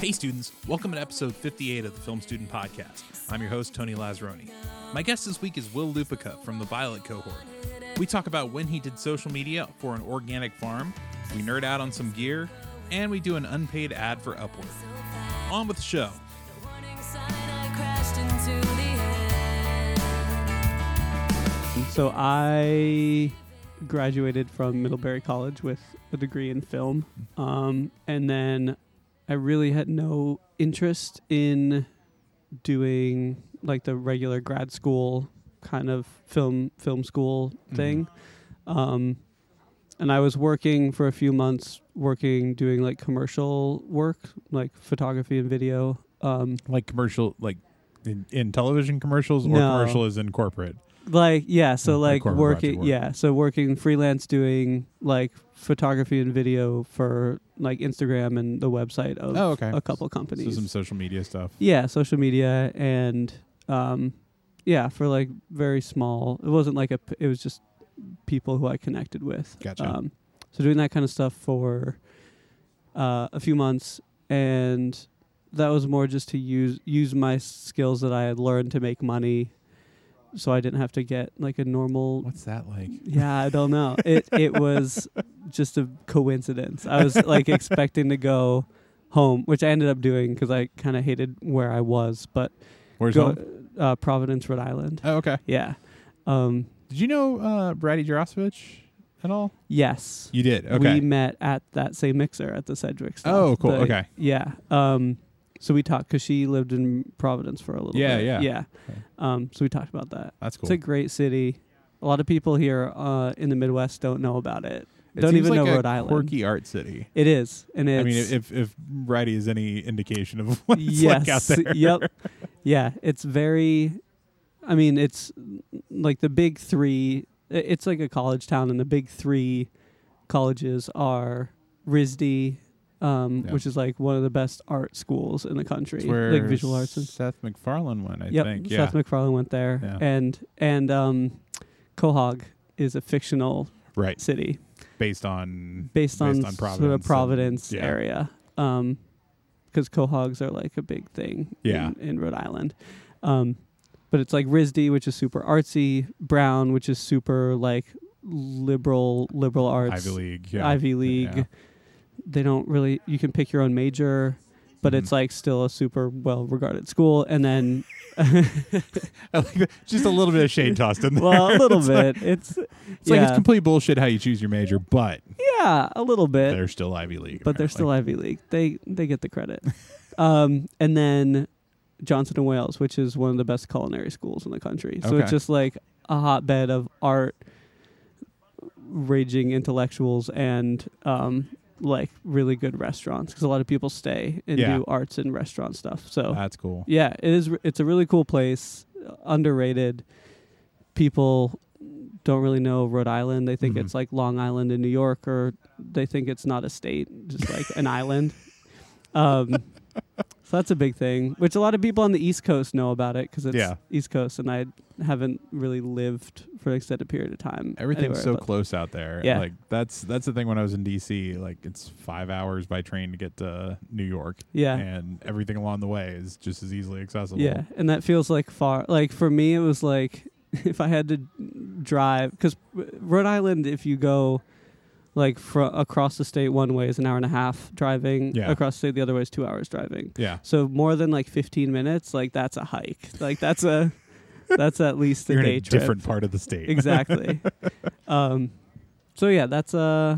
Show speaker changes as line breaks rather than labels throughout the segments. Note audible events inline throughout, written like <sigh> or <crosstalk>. Hey, students, welcome to episode 58 of the Film Student Podcast. I'm your host, Tony Lazzaroni. My guest this week is Will Lupica from the Violet Cohort. We talk about when he did social media for an organic farm, we nerd out on some gear, and we do an unpaid ad for Upward. On with the show.
So I graduated from Middlebury College with a degree in film, um, and then I really had no interest in doing like the regular grad school kind of film film school thing. Um, and I was working for a few months, working doing like commercial work, like photography and video. Um,
like commercial like in, in television commercials or
No.
commercial is in corporate
like yeah so
Mm, like
like
corporate
working
project work.
yeah so working freelance doing like photography and video for like instagram and the website of
Oh, okay.
a couple
so
companies
some social media stuff
yeah social media and um yeah for like very small it wasn't like a p- it was just people who i connected with
Gotcha.
um so doing that kind of stuff for uh a few months and that was more just to use use my skills that i had learned to make money so i didn't have to get like a normal
what's that like
yeah, I don't know. It it was just a coincidence. I was like expecting to go home, which I ended up doing because I kind of hated where I was. But
where's
go
home?
uh, Providence, Rhode Island.
oh okay
Yeah. Um.
did you know uh brady jarosovich at all
Yes.
you did okay
We met at that same mixer at the Sedgwick. stuff.
Oh, cool.
The-
Okay.
Yeah. Um. So we talked because she lived in Providence for a little
Yeah,
bit.
yeah.
Yeah.
Okay.
Um. So we talked about that.
that's cool
It's a great city. A lot of people here uh, in the Midwest don't know about it.
It
don't
seems
even
like
know
a
Rhode Island.
quirky art city
It is, and it's
i mean if if brady is any indication of <laughs> what it's
yes,
like out there
yep, yeah. It's very, I mean, it's like the big three. i- It's like a college town, and the big three colleges are RISD, um,
Yeah.
which is like one of the best art schools in the country,
It's where
like visual arts and
seth mcfarlane went i
yep.
think yeah
Seth MacFarlane went there,
Yeah.
and and um, Quahog is a fictional
right
city
based on
based on,
Based on
sort
Providence
of
and-
Providence
yeah.
area, because quahogs are like a big thing
Yeah.
in, in Rhode Island. Um, but it's like RISD, which is super artsy, Brown, which is super like liberal liberal arts,
ivy league yeah.
Ivy League.
Yeah.
They don't really you can pick your own major, but it's
Mhm.
like still a super well regarded school.
<laughs>
And then
I like that. just a little bit of shade tossed
<laughs>
in there
well, a
<laughs>
little
It's
bit. it's
It's
yeah,
like it's complete bullshit how you choose your major, but
yeah, a little bit.
they're still Ivy League.
but they're still Ivy League. They they get the credit. <laughs> um, and then Johnson and Wales, which is one of the best culinary schools in the country. So it's
Okay.
just like a hotbed of art, raging intellectuals, and um, like really good restaurants because a lot of people stay and
Yeah.
do arts and restaurant stuff. So
That's cool.
yeah, it is. It's a really cool place, underrated. People don't really know Rhode Island. They think
Mhm.
it's like Long Island in New York, or they think it's not a state, just like an island. Um,
<laughs>
so that's a big thing, which a lot of people on the East Coast know about it because it's
Yeah.
East Coast, and I haven't really lived for an extended period of time.
Everything's
anywhere,
so
but-
close out there.
Yeah.
Like that's that's the thing when I was in DC, like it's five hours by train to get to New York.
Yeah.
And everything along the way is just as easily accessible.
Yeah, and that feels like far. Like for me, it was like <laughs> if I had to drive because Rhode Island, if you go like fr- across the state one way is an hour and a half driving.
Yeah.
Across the state the other way is two hours driving.
Yeah.
So more than like fifteen minutes, like that's a hike. Like that's a <laughs> that's at least a
You're in
day
a
trip.
different part of the state. <laughs>
exactly. um, so yeah, that's uh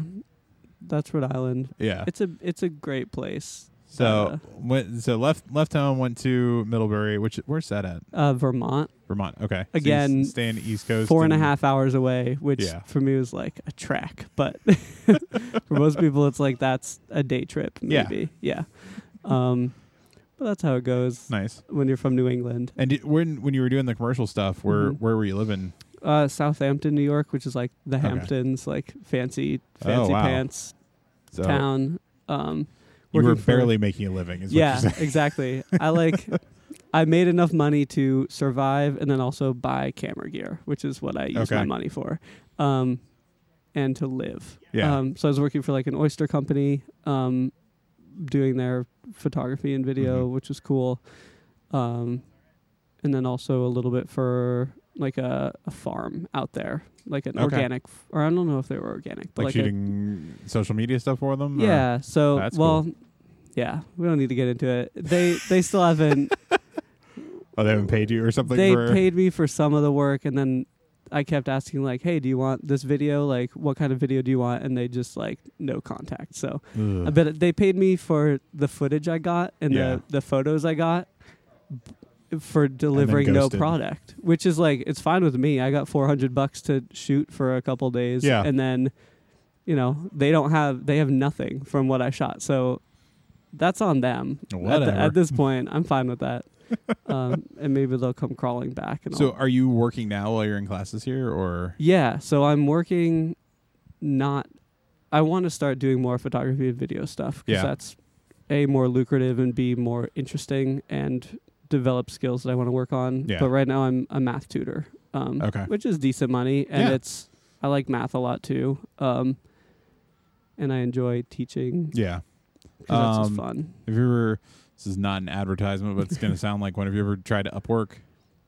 that's Rhode Island.
yeah.
It's a it's a great place. uh,
So went so left left home, went to Middlebury, which where's that at?
uh, Vermont.
Vermont. Okay. So you
Again,
s- staying East Coast.
four and a
and-
half hours away, which
Yeah.
for me was like a track, but <laughs> for most people, it's like that's a day trip,
Yeah.
maybe. Yeah. Um, but that's how it goes
Nice.
when you're from New England.
And did, when when you were doing the commercial stuff, where
Mhm.
where were you living?
Uh, Southampton, New York, which is like the
Okay.
Hamptons, like fancy,
Oh,
fancy
wow.
pants
So
town. Um,
you were
working for-
barely making a living. Is what
yeah,
you're saying.
exactly.
<laughs>
I like. I made enough money to survive and then also buy camera gear, which is what I use
Okay.
my money for, um, and to live.
Yeah.
Um, so I was working for like an oyster company, um, doing their photography and video,
Mm-hmm.
which was cool. Um, and then also a little bit for like a, a farm out there, like an
Okay.
organic, f- or I don't know if they were organic, but
like,
like, a-
shooting social media stuff for them. or-
yeah. So
That's
well, yeah. We don't need to get into it. They they
<laughs>
still haven't.
Oh, they haven't paid you or something.
they
for,
paid me for some of the work, and then I kept asking like, "Hey, do you want this video? Like, what kind of video do you want?" And they just like no contact. So
Ugh.
I bet Uh, they paid me for the footage I got and
Yeah.
the the photos I got b- for delivering no
ghosted.
product, which is like it's fine with me. I got four hundred bucks to shoot for a couple days,
Yeah.
and then you know they don't have they have nothing from what I shot, so that's on them. At the-
Whatever.
At, this point, I'm fine with that, <laughs> um, and maybe they'll come crawling back. And
So
all.
are you working now while you're in classes here, or
yeah, so I'm working not. I want to start doing more photography and video stuff because
Yeah.
that's a more lucrative and b more interesting and develop skills that I want to work on.
Yeah.
But right now I'm a math tutor, um,
Okay.
which is decent money, and
Yeah.
it's I like math a lot too, um, and I enjoy teaching
yeah?
'cause that's
Um,
just fun.
Have you ever? This is not an advertisement, but it's going to sound like one. Have you ever tried Upwork?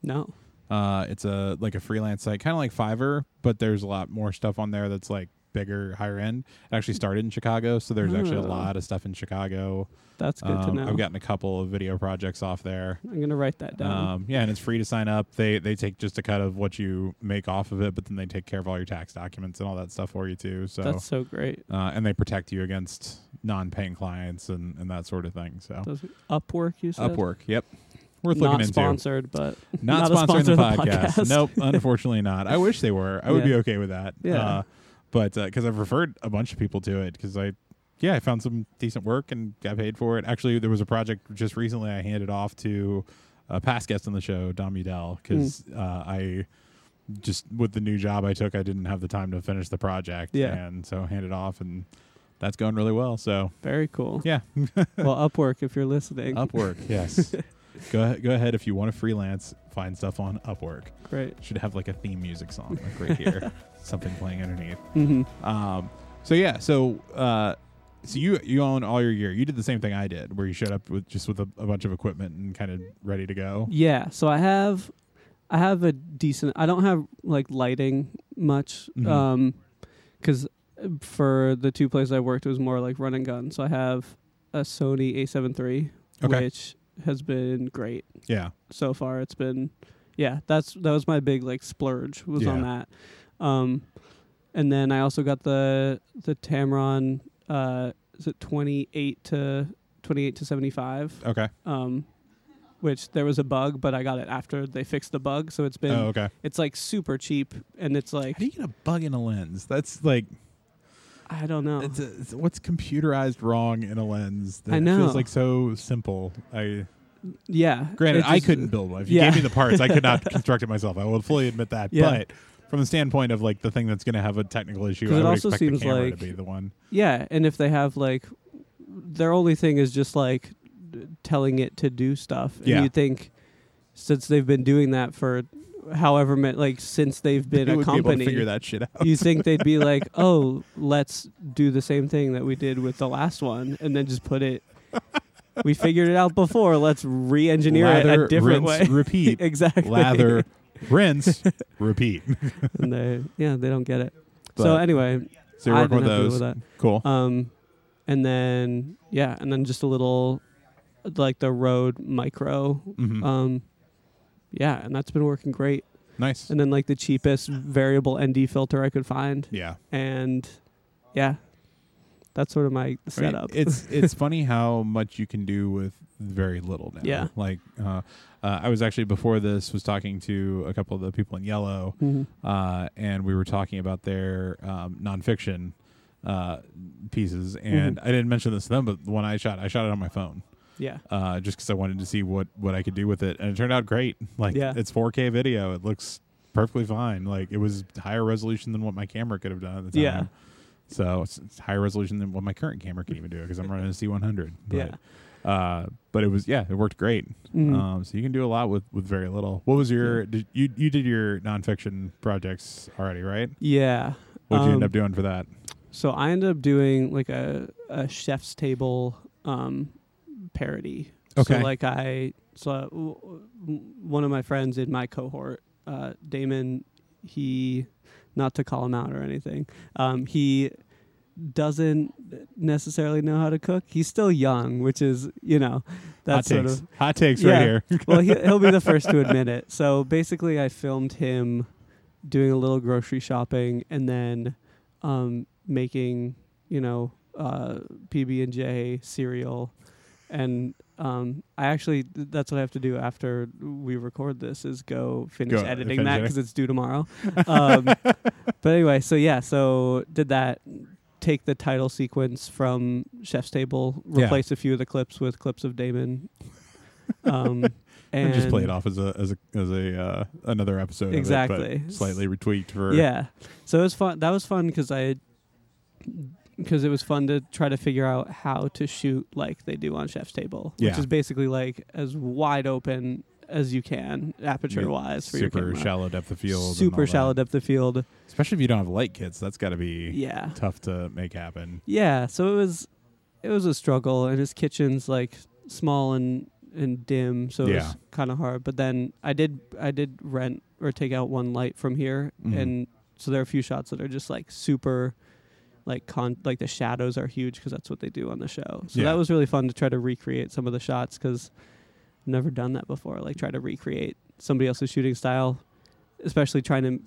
No,
Uh, it's a like a freelance site, kind of like Fiverr, but there's a lot more stuff on there that's like bigger, higher end. It actually started in Chicago, so there's actually a
Oh.
lot of stuff in Chicago.
that's good to
Um,
know.
I've gotten a couple of video projects off there.
I'm gonna write that down.
Um, yeah, and it's free to sign up. They they take just a cut of what you make off of it, but then they take care of all your tax documents and all that stuff for you too. So
that's so great.
uh, and they protect you against non-paying clients and, and that sort of thing. So
Does Upwork you said?
Upwork, yep, worth
not
looking into.
sponsored, but
Not,
not a
sponsoring
sponsor
the
of the
podcast.
podcast. <laughs>
nope, unfortunately not. I wish they were. I would
Yeah.
be okay with that.
Yeah.
Uh, but because I've referred a bunch of people to it, because I, yeah, I found some decent work and got paid for it. Actually, there was a project just recently I handed off to a past guest on the show, Dom Udell, because
Mm.
uh, I just with the new job I took, I didn't have the time to finish the project.
Yeah.
and so handed off, and that's going really well. So
very cool.
yeah,
<laughs> well, Upwork, if you're listening, <laughs>
Upwork, yes. Go ahead, go ahead if you want to freelance, find stuff on Upwork.
great.
Should have like a theme music song like right
<laughs>
here, something playing underneath.
hmm
Um, so yeah, so uh, so you you own all your gear. You did the same thing I did, where you showed up with just with a, a bunch of equipment and kind of ready to go.
Yeah, so I have, I have a decent. I don't have like lighting much,
Mhm.
um, because for the two places I worked, it was more like run and gun. So I have a Sony A7 III,
Okay.
which has been great
Yeah,
so far. It's been, yeah, that's that was my big like splurge was on that, um, and then I also got the the Tamron. Uh, is it twenty eight to twenty eight to seventy five?
okay.
um, which there was a bug, but I got it after they fixed the bug. So it's been
Oh, okay.
it's like super cheap, and it's like
How do you get a bug in a lens? That's like
I don't know.
it's, a, it's what's computerized wrong in a lens. That
I know.
feels like so simple. I
yeah,
Granted,
it's
I
just-
couldn't build one. If you
yeah.
gave me the parts, I could
<laughs>
not construct it myself. I will fully admit that.
Yeah.
But from the standpoint of like the thing that's going to have a technical issue, I
'Cause it
would
also
expect
seems
the camera
like-
to be the one.
<laughs> Yeah, and if they have like their only thing is just like d- telling it to do stuff, and
Yeah.
you think since they've been doing that for however many, like since they've
<laughs>
been
It
a
would be able to
company,
figure that shit out.
you think they'd be like, "Oh, let's do the same thing that we did with the last one," and then just
<laughs>
put it. We figured it out before. Let's re-engineer it
Lather,
a different
rinse,
way.
repeat.
<laughs> exactly.
Lather,
<laughs>
rinse, repeat.
And they, yeah, they don't get it. so
But-
anyway,
So you're
I
working
didn't
with
have to deal
those.
with that.
Cool.
Um, and then yeah, and then just a little, like the Rode Micro.
Mhm.
Um, yeah, and that's been working great.
nice.
And then like the cheapest variable ND filter I could find,
Yeah.
and yeah, that's sort of my
I mean,
setup. <laughs>
it's it's funny how much you can do with very little now.
Yeah.
Like uh, uh, I was actually before this was talking to a couple of the people in yellow
Mhm.
uh, and we were talking about their um, nonfiction uh, pieces.
Mm-hmm.
And I didn't mention this to them, but the one I shot, I shot it on my phone
Yeah,
uh, just because I wanted to see what what I could do with it, and it turned out great. <laughs> Like
Yeah.
it's 4K video, it looks perfectly fine. Like it was higher resolution than what my camera could have done at the time.
Yeah.
So it's, it's higher resolution than what my current camera can even do because I'm running a C100. But,
Yeah.
Uh, but it was yeah, it worked great.
Mhm.
Um, so you can do a lot with, with very little. What was your did, you you did your nonfiction projects already, right?
yeah.
What did you end
Um,
up doing for that?
So I ended up doing like a a chef's table um, parody.
Okay.
So like I so uh, w- w- one of my friends in my cohort, uh, Damon, he not to call him out or anything, um, he doesn't necessarily know how to cook. He's still young, which is you know
Hot
that's sort
takes.
of
Hot takes
Yeah.
right here. <laughs>
well, he, he'll be the first to admit it. So basically, I filmed him doing a little grocery shopping and then um, making, you know, uh, PB and J cereal. And um, I actually, th- that's what I have to do after we record this is go finish
Go
editing
finish
that
editing.
because it's due tomorrow. Um, <laughs> but anyway, so yeah, so did that. Take the title sequence from Chef's Table,
Yeah.
replace a few of the clips with clips of Damon.
<laughs>
Um, and
Or just play it off as a as a as a uh, another episode. of it, but
Exactly.
slightly retweaked for
Yeah. So it was fun. That was fun because I because it was fun to try to figure out how to shoot like they do on Chef's Table, which
Yeah.
is basically like as wide open as you can, aperture wise, for your
super
camera.
shallow depth of field. and all
super
that.
shallow depth of field.
especially if you don't have light kits. That's got to be
Yeah.
tough to make happen.
Yeah. So it was it was a struggle, and his kitchen's like small and and dim, so it
Yeah.
was kind of hard. But then I did I did rent or take out one light from here,
Mhm.
and so there are a few shots that are just like super. Like con, like the shadows are huge because that's what they do on the show. So
Yeah.
that was really fun to try to recreate some of the shots because I've never done that before. Like try to recreate somebody else's shooting style, especially trying to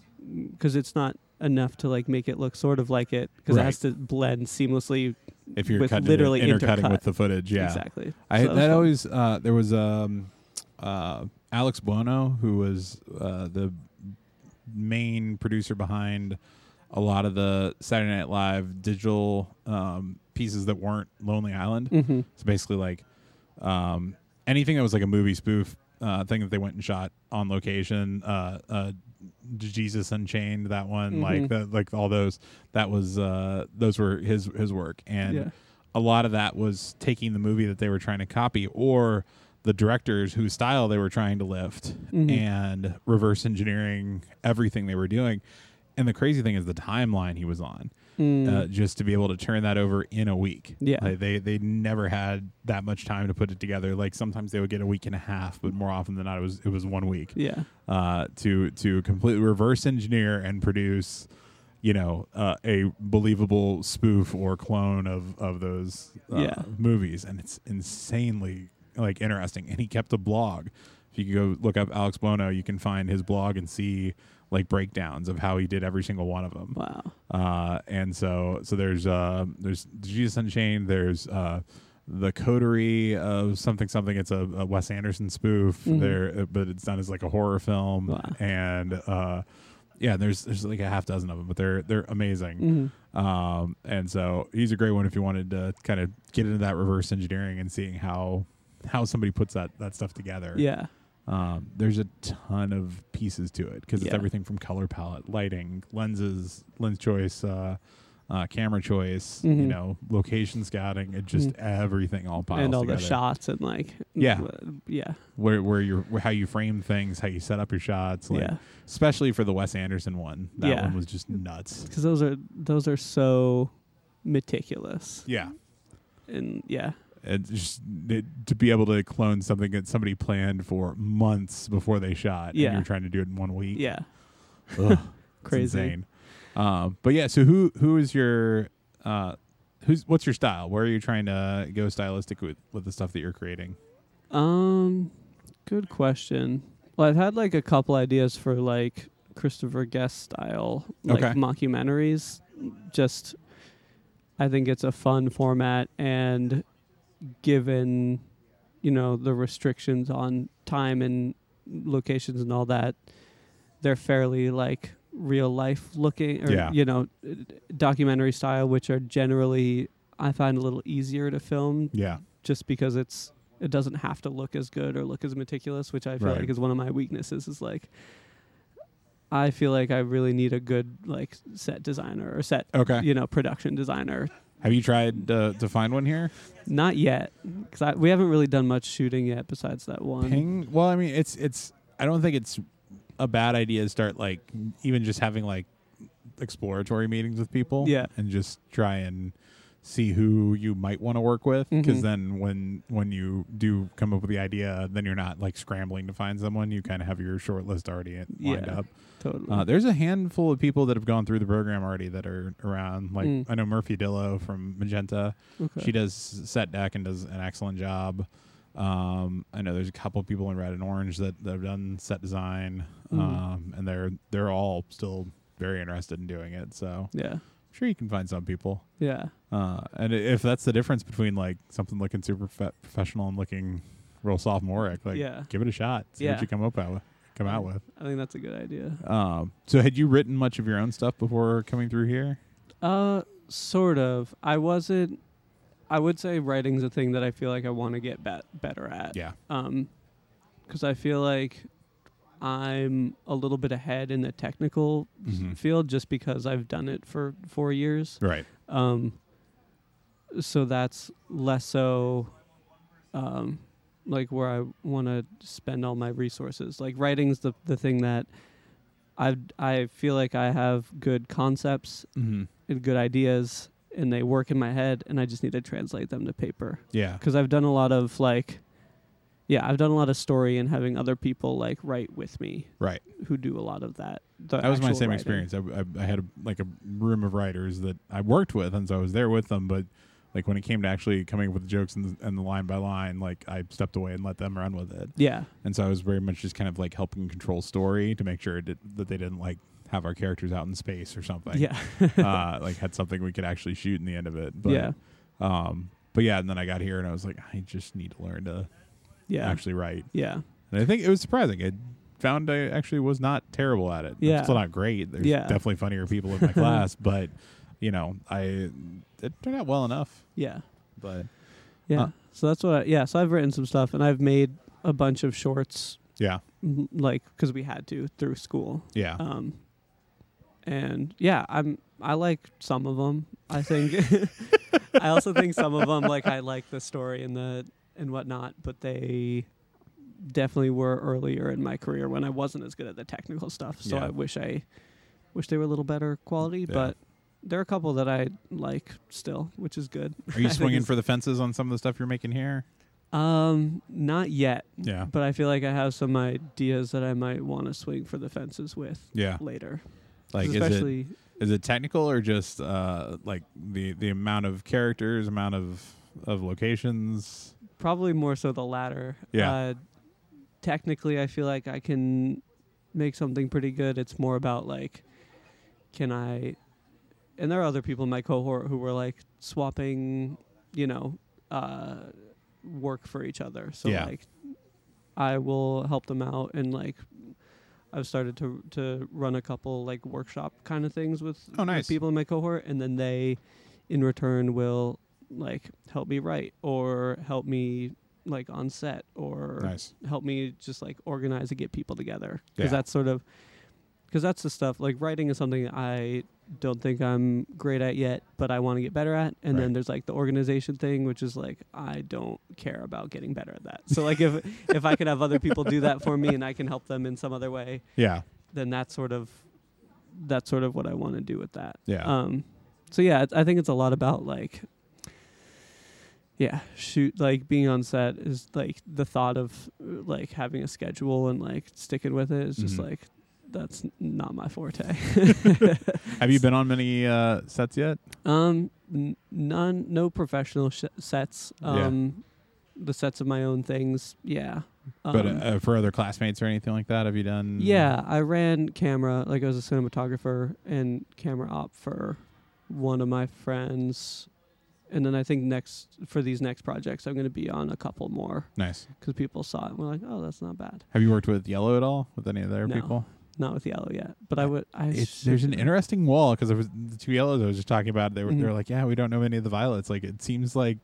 because it's not enough to like make it look sort of like it because
Right.
it has to blend seamlessly
If you're
With
cutting
literally
it, intercutting
intercut.
with the footage, yeah.
Exactly.
I
So
that,
was fun.
always uh, there was um, uh, Alex Buono who was uh, the main producer behind a lot of the Saturday Night Live digital um, pieces that weren't Lonely Island.
Mhm.
It's basically like um, anything that was like a movie spoof uh, thing that they went and shot on location. Uh, uh, J- Jesus Unchained, that one, like
Mhm.
the, like all those. That was uh, those were his his work, and
Yeah.
a lot of that was taking the movie that they were trying to copy or the directors whose style they were trying to lift
Mhm.
and reverse engineering everything they were doing. And the crazy thing is the timeline he was on
Mm.
uh, just to be able to turn that over in a week.
Yeah.
Like, they they never had that much time to put it together. Like sometimes they would get a week and a half, but more often than not, it was it was one week
yeah.
uh, to to completely reverse engineer and produce, you know, uh, a believable spoof or clone of of those uh,
Yeah.
movies, and it's insanely like interesting. And he kept a blog. If you could go look up Alex Bono, you can find his blog and see like breakdowns of how he did every single one of them.
Wow.
Uh, and so so there's uh, there's Jesus Unchained. There's uh, the Coterie of something something. It's a, a Wes Anderson spoof.
Mhm.
There, uh, but it's done as like a horror film.
Wow.
And uh, yeah, there's there's like a half dozen of them, but they're they're amazing.
Mhm.
Um, and so he's a great one if you wanted to kind of get into that reverse engineering and seeing how how somebody puts that that stuff together.
Yeah.
Um, there's a ton of pieces to it because it's
Yeah.
everything from color palette, lighting, lenses, lens choice, uh, uh, camera choice, you
Mhm.
know, location scouting, it just
Mhm.
everything all piles
And all
together.
the shots and like
Yeah.
w- yeah.
Where where you where, how you frame things, how you set up your shots, like
yeah.
especially for the Wes Anderson one. That
Yeah.
one was just nuts.
Cuz those are those are so meticulous.
Yeah.
And yeah.
It just it, to be able to clone something that somebody planned for months before they shot,
Yeah.
and you're trying to do it in one week.
Yeah.
Ugh. It's
Crazy.
insane. Um, but yeah, so who who is your uh, who's what's your style? Where are you trying to go stylistic with with the stuff that you're creating?
Um good question. Well, I've had like a couple ideas for like Christopher Guest style like
Okay.
mockumentaries. Just I think it's a fun format and given you know the restrictions on time and locations and all that they're fairly like real life looking or
Yeah.
you know documentary style which are generally i find a little easier to film
Yeah,
just because it's it doesn't have to look as good or look as meticulous, which I feel
Right.
like is one of my weaknesses. Is like I feel like I really need a good like set designer or set
Okay.
you know production designer.
Have you tried uh, to find one here?
Not yet, because we haven't really done much shooting yet besides that one.
Ping. Well, I mean, it's it's. I don't think it's a bad idea to start like even just having like exploratory meetings with people.
Yeah.
and just try and see who you might want to work with because
Mhm.
then when when you do come up with the idea then you're not like scrambling to find someone you kind of have your short list already lined
Yeah.
up
Totally.
uh, there's a handful of people that have gone through the program already that are around. Like
Mm.
I know Murphy Dillo from Magenta.
Okay.
She does set deck and does an excellent job. Um, I know there's a couple of people in Red and Orange that, that have done set design,
Mhm.
um, and they're they're all still very interested in doing it. So
yeah.
I'm sure you can find some people.
Yeah.
Uh, and i- if that's the difference between like something looking super fe- professional and looking real sophomoric, like
Yeah.
give it a shot. See
Yeah.
what you come up out with. Come out with.
I think that's a good idea.
Um, so had you written much of your own stuff before coming through here?
Uh, sort of. I wasn't. I would say writing's a thing that I feel like I want to get bet better at.
Yeah.
Um, because I feel like I'm a little bit ahead in the technical s-
Mhm.
field just because I've done it for four years.
Right.
Um, so that's less so, um, like where I want to spend all my resources. Like writing's the the thing that I I feel like I have good concepts
Mm-hmm.
and good ideas and they work in my head and I just need to translate them to paper
Yeah.
because I've done a lot of like yeah, I've done a lot of story and having other people like write with me
Right.
who do a lot of that. the
That was my
actual
same
writing.
experience. I, I, I had a, like a room of writers that I worked with, and so I was there with them. But like when it came to actually coming up with the jokes and the, and the line by line, like I stepped away and let them run with it.
Yeah.
And so I was very much just kind of like helping control story to make sure it did, that they didn't like have our characters out in space or something.
yeah.
<laughs> uh, like had something we could actually shoot in the end of it. But,
Yeah.
Um, but yeah, and then I got here and I was like, I just need to learn to
Yeah.
actually write.
Yeah.
And I think it was surprising. I found I actually was not terrible at it.
Yeah.
It's still not great. There's
Yeah.
definitely funnier people
<laughs>
in my class, but you know, I it turned out well enough.
Yeah.
But
Yeah.
Uh,
so that's what I, yeah, so I've written some stuff and I've made a bunch of shorts
yeah,
m- like cuz we had to through school.
yeah.
Um and yeah, I'm I like some of them. I think <laughs> I also think some of them like I like the story and the and whatnot, but they definitely were earlier in my career when I wasn't as good at the technical stuff. So
Yeah.
I wish I wish they were a little better quality,
Yeah.
but there are a couple that I like still, which is good.
Are you
<laughs> I think
swinging
it's-
for the fences on some of the stuff you're making here?
Um, not yet,
Yeah,
but I feel like I have some ideas that I might want to swing for the fences with
yeah.
later. 'Cause
Like is it
especially
is it technical or just uh like the the amount of characters, amount of of locations?
probably more so the latter.
Yeah.
Uh, technically, I feel like I can make something pretty good. It's more about like, can I? And there are other people in my cohort who were like swapping, you know, uh, work for each other. So
Yeah.
like, I will help them out and like. I've started to to run a couple like workshop kind of things with
Oh, nice.
with people in my cohort, and then they, in return, will like help me write or help me like on set or
Nice.
help me just like organize and get people together because
Yeah.
that's sort of because that's the stuff like writing is something I don't think I'm great at yet, but I want to get better at. And
Right.
then there's like the organization thing, which is like I don't care about getting better at that. So like
<laughs>
if if I could have other people do that for me and I can help them in some other way,
Yeah,
then that's sort of that's sort of what I want to do with that.
yeah.
Um, so yeah, it's- I think it's a lot about like, yeah, shoot, like being on set is like the thought of uh, like having a schedule and like sticking with it is just
Mhm.
like that's n- not my forte. <laughs>
have you been on many uh sets yet?
um, n- none, no professional sh- sets.
Yeah.
Um, the sets of my own things. Yeah. Um,
but uh, uh, for other classmates or anything like that, have you done?
Yeah, I ran camera, like I was a cinematographer and camera op for one of my friends. And then I think next for these next projects, I'm going to be on a couple more
Nice.
because people saw it and were like, "Oh, that's not bad."
Have you worked with Yellow at all? With any of their
No.
people?
Not with yellow yet, but I would. I
It's,
should
there's an
do it.
interesting wall because was the two yellows I was just talking about. They were they're
Mhm.
like, yeah, we don't know any of the violets. Like it seems like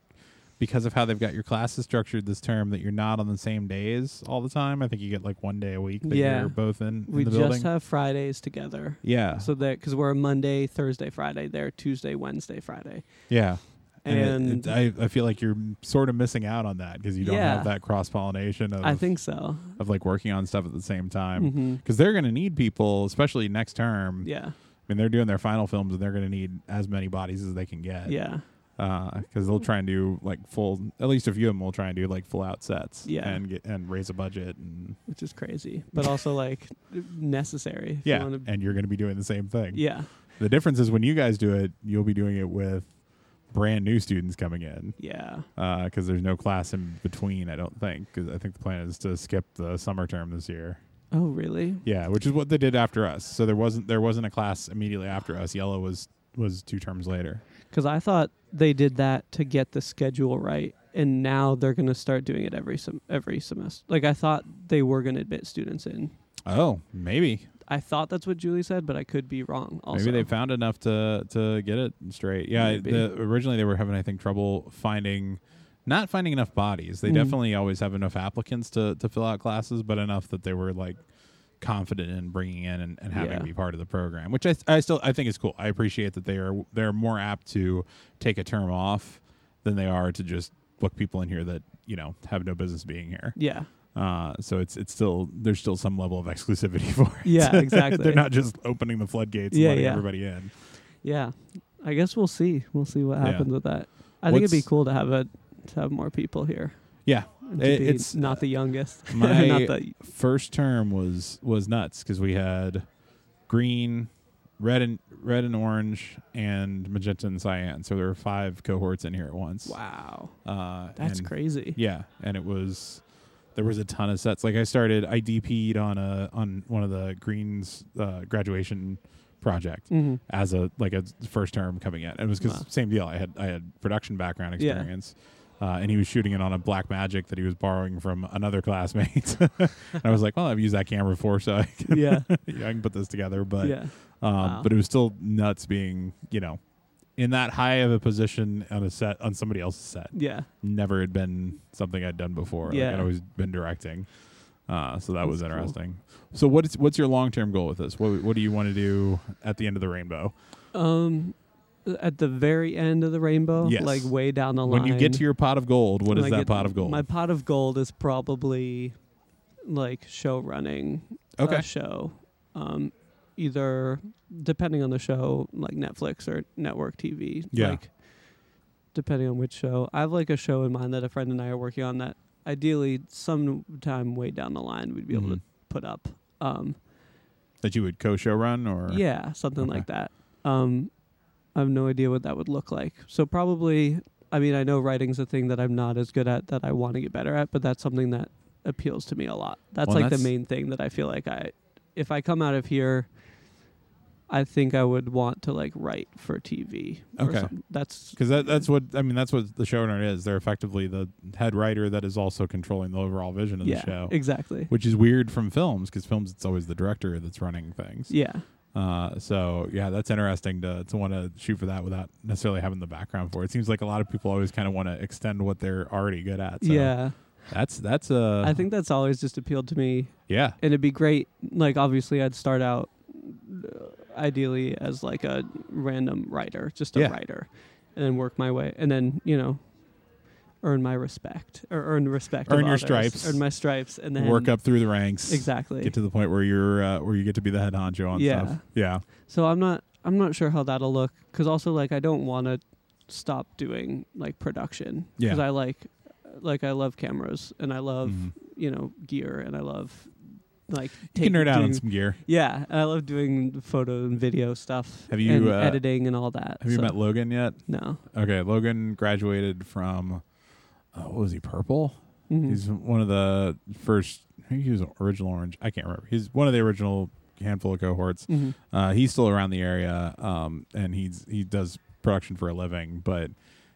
because of how they've got your classes structured this term, that you're not on the same days all the time. I think you get like one day a week that
Yeah.
you're both in, in
We
the
just
building. Ah.
have Fridays together,
yeah,
so that because we're Monday, Thursday, Friday. They're Tuesday, Wednesday, Friday,
yeah.
and,
it- it- I I feel like you're sort of missing out on that because you don't
Yeah.
have that cross pollination of
I think so.
of like working on stuff at the same time.
hmm
Because they're going to need people, especially next term.
Yeah,
I mean, they're doing their final films and they're going to need as many bodies as they can get.
yeah,
because they'll try and do like full. At least a few of them will try and do like full out sets.
Yeah.
and get, and raise a budget and
which is crazy, but also like necessary. If
yeah,
You wanna,
and you're going to be doing the same thing.
yeah.
The difference is when you guys do it, you'll be doing it with brand new students coming in
Yeah.
because there's no class in between. I don't think because I think the plan is to skip the summer term this year.
Oh, really?
Yeah, which is what they did after us. So there wasn't there wasn't a class immediately after us. Yellow was was two terms later.
Because I thought they did that to get the schedule right, and now they're going to start doing it every sem- every semester. Like I thought they were going to admit students in.
Oh, maybe
I thought that's what Julie said, but I could be wrong. Also,
maybe they found enough to to get it straight. Yeah,
Maybe.
the, originally they were having I think trouble finding not finding enough bodies. They
Mm.
definitely always have enough applicants to to fill out classes, but enough that they were like confident in bringing in and, and having
Yeah.
be part of the program, which I, I still I think is cool. I appreciate that they are they're more apt to take a term off than they are to just book people in here that you know have no business being here.
yeah,
Uh, so it's it's still there's still some level of exclusivity <laughs> for it.
Yeah, exactly.
They're not just opening the floodgates and
Yeah,
letting
yeah.
everybody in.
yeah. I guess we'll see. We'll see what
Yeah.
happens with that. I think it'd be
What's-
cool to have a to have more people here.
Yeah,
and to
It-
be
it's-
not the youngest. <laughs>
my-
not the
first term was was nuts because we had green, red and red and orange, and magenta and cyan. So there were five cohorts in here at once.
wow.
Uh,
That's
and-
crazy.
Yeah, and it was there was a ton of sets. Like I started, I DP'd on a on one of the greens uh, graduation project.
hmm
<laughs> as a like a first term coming in. It was because
Wow.
same deal. I had I had production background
Yeah.
experience, uh, and he was shooting it on a black magic that he was borrowing from another classmate. <laughs> and I was like, well, I've used that camera before, so <laughs> I can,
Yeah.
you know, I can put this together. But
yeah.
um,
Wow.
but it was still nuts being you know in that high of a position on a set on somebody else's set.
Yeah.
Never had been something I'd done before. Like,
Yeah.
I'd always been directing. Uh, so that was
That's cool.
interesting. So what is what's your long term goal with this? What what do you want to do at the end of the rainbow?
Um, at the very end of the rainbow,
Yes.
like way down the line.
When you get to your pot of gold, what is
when I
that
get-
pot of gold?
My pot of gold is probably like show running. a
okay.
show, um, either depending on the show, like Netflix or network TV.
Yeah.
Like, depending on which show, I have like a show in mind that a friend and I are working on that. Ideally, sometime way down the line, we'd be able
Mhm.
to put up. Um,
that you would co-show run or
yeah, something
Okay.
like that. Um, I have no idea what that would look like. So probably, I mean, I know writing's a thing that I'm not as good at that I want to get better at, but that's something that appeals to me a lot. That's
Well,
like
that's-
the main thing that I feel like I, if I come out of here, I think I would want to like write for TV. or
Okay.
something. that's
Because that, that's what I mean. That's what the showrunner is. They're effectively the head writer that is also controlling the overall vision of
yeah,
the show,
exactly.
which is weird from films. Because films, it's always the director that's running things.
Yeah,
Uh, so yeah, that's interesting to to want to shoot for that without necessarily having the background for it. It seems like a lot of people always kind of want to extend what they're already good at. So
yeah.
that's that's uh,
I think that's always just appealed to me
yeah,
and it'd be great like obviously i'd start out uh, ideally as like a random writer just a
Yeah.
writer and then work my way and then you know earn my respect or earn the respect of
Earn your
others,
stripes.
earn my stripes and then
work up through the ranks,
exactly
get to the point where you're uh, where you get to be the head honcho on
Yeah.
stuff. Yeah,
so i'm not i'm not sure how that'll look because also like i don't want to stop doing like production because
Yeah.
i like like i love cameras and i love
Mhm.
you know gear and i love like
You can
take-
nerd out on
doing-
some gear.
Yeah, and I love doing photo and video stuff.
Have you,
and
uh,
editing and all that?
Have you
so-
met Logan yet?
No.
Okay, Logan graduated from uh, what was he? Purple.
Mhm.
He's one of the first. I think he was original orange. I can't remember. He's one of the original handful of cohorts. <laughs>
Mhm.
Uh, he's still around the area, um, and he's he does production for a living, but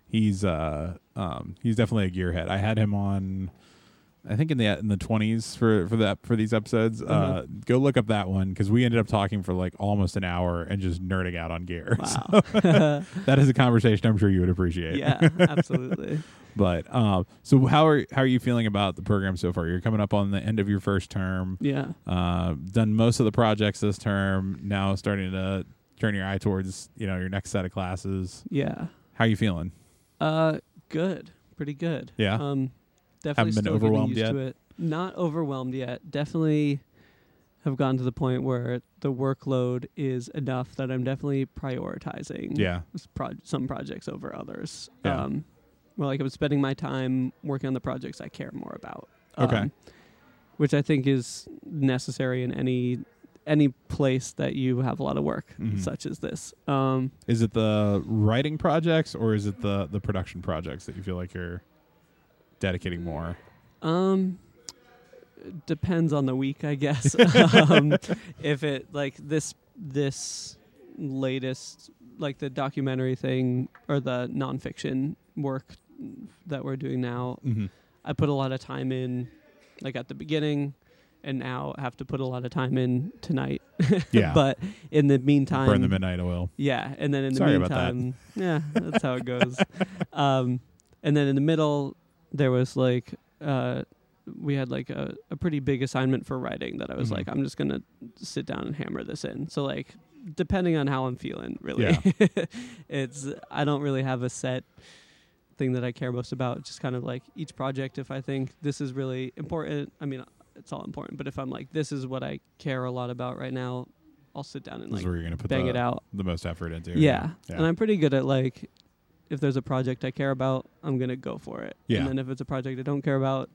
he's uh, um, he's definitely a gearhead. I had him on, I think in the in the twenties for for that for these episodes. Uh,
Uh-huh.
go look up that one because we ended up talking for like almost an hour and just nerding out on gear. So <laughs>
Wow.
that is a conversation I'm sure you would appreciate.
<laughs> yeah, absolutely.
But um, so how are how are you feeling about the program so far? You're coming up on the end of your first term.
Yeah.
Uh, done most of the projects this term. Now starting to turn your eye towards you know your next set of classes.
Yeah.
How are you feeling?
Uh, good. Pretty good.
Yeah?
Um, definitely
Haven't been
still getting
overwhelmed
used
yet?
To it. Not overwhelmed yet. Definitely have gotten to the point where the workload is enough that I'm definitely prioritizing
Yeah.
s- proj- some projects over others.
Yeah.
Um, well, like I'm spending my time working on the projects I care more about.
Okay.
um, which I think is necessary in any any place that you have a lot of work,
Mhm.
such as this. Um,
Is it the writing projects or is it the the production projects that you feel like you're dedicating more?
Um, depends on the week, I guess.
<laughs>
um, if it like this this latest like the documentary thing or the nonfiction work that we're doing now, <laughs>
Mm-hmm.
I put a lot of time in, like at the beginning, and now have to put a lot of time in tonight.
Yeah.
but in the meantime,
Burn the midnight oil.
yeah, and then in the
Sorry about that.
meantime, yeah, that's how
<laughs>
it goes. um, and then in the middle, there was like uh, we had like a, a pretty big assignment for writing that I was
Mhm.
like, I'm just gonna sit down and hammer this in. So like, depending on how I'm feeling, really, <laughs> it's I don't really have a set thing that I care most about. Just kind of like each project, if I think this is really important, I mean, it's all important. But if I'm like, this is what I care a lot about right now, I'll sit down and
This
like
is where you're gonna put
bang it
the,
out.
the most effort into.
Yeah.
Yeah.
And I'm pretty good at like if there's a project I care about, I'm gonna go for it.
Yeah.
And then if it's a project I don't care about,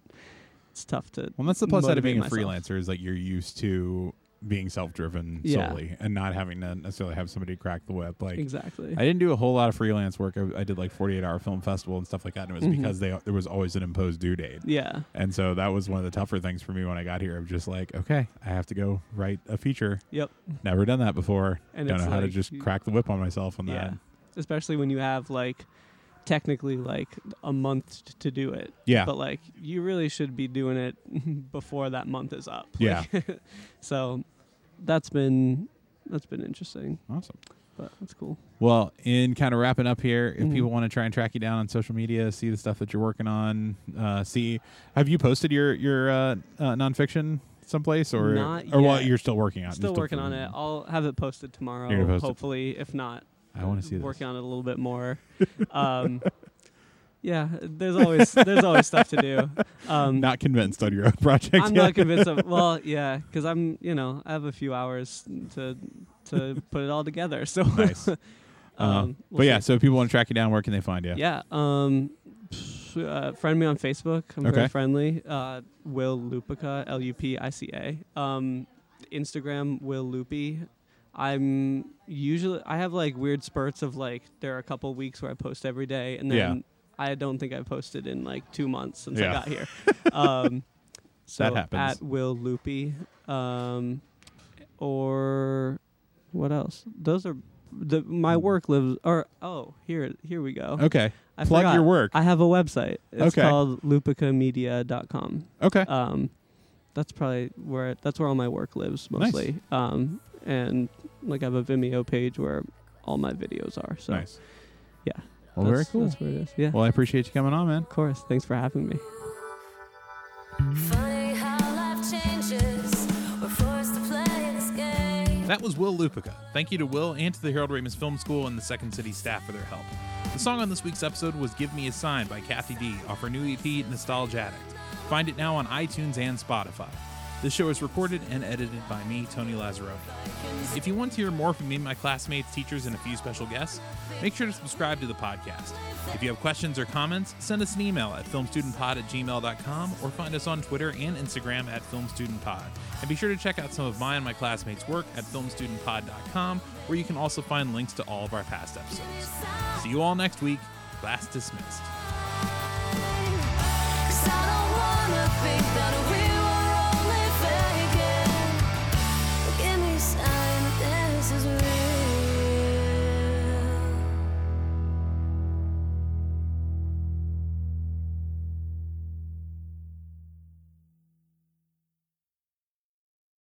it's tough to
Well, that's the plus side of
motivate
being a
myself.
freelancer is like you're used to being self-driven
Yeah.
solely and not having to necessarily have somebody crack the whip. Like
Exactly.
I didn't do a whole lot of freelance work. I, I did like 48-hour film festival and stuff like that, and it was
Mhm.
because they there was always an imposed due date.
yeah.
And so that was one of the tougher things for me when I got here. I'm just like, okay, I have to go write a feature.
Yep.
Never done that before.
And
Don't
it's
know how to
like
just
you-
crack the whip on myself on
Yeah.
that.
Especially when you have like technically like a month t- to do it.
Yeah.
But like you really should be doing it <laughs> before that month is up. <laughs>
Yeah.
Like, so that's been that's been interesting.
awesome.
But that's cool.
Well, in kind of wrapping up here, if
Mhm.
people want to try and track you down on social media, see the stuff that you're working on, uh, see, have you posted your your uh, uh, nonfiction someplace or
Not
or well,
yet.
you're still working on it.
Still
You're
working on it. I'll have it posted
You're
tomorrow,
gonna post it?
hopefully. If not,
I want to see this.
working on it a little bit more. Um, <laughs> yeah, there's always there's always stuff to do. Um,
Not convinced on your own <laughs> project.
I'm
yet.
not
<laughs>
convinced of well, yeah, because I'm you know I have a few hours to to put it all together. So, <laughs>
nice. Uh,
um, we'll
but yeah,
see.
so if people want to track you down, where can they find you?
yeah. Um, pff, uh, friend me on Facebook. I'm
Okay.
very friendly. Uh, Will Lupica, L U P I C A. Um, Instagram Will Loopy. I'm usually I have like weird spurts of like there are a couple weeks where I post every day, and then
Yeah.
I don't think I posted in like two months since
Yeah.
I got
<laughs>
here. Um, so
That happens.
at Will Loopy, um, or what else? Those are the my
Hmm.
work lives. Or oh, here here we go.
Okay.
I
Plug
forgot.
your work.
I have a website. It's
Okay.
called lupicamedia.com.
Okay.
Um, that's probably where that's where all my work lives
Nice.
mostly. Um, and like I have a Vimeo page where all my videos are. So
nice.
yeah.
Well,
that's,
very cool.
That's where it is. Yeah.
Well, I appreciate you coming on, man.
of course. Thanks for having me.
Funny how life changes. We're forced to play this game.
That was Will Lupica. Thank you to Will and to the Harold Ramis Film School and the Second City staff for their help. The song on this week's episode was Give Me a Sign by Kathy D off her new EP, Nostalgia Addict. Find it now on iTunes and Spotify. This show is recorded and edited by me, Tony Lazzaroni. If you want to hear more from me, my classmates, teachers, and a few special guests, make sure to subscribe to the podcast. If you have questions or comments, send us an email at filmstudentpod at gmail.com or find us on Twitter and Instagram at filmstudentpod. And be sure to check out some of my and my classmates' work at filmstudentpod.com, where you can also find links to all of our past episodes. See you all next week. Class dismissed.
Cause I don't wanna think that we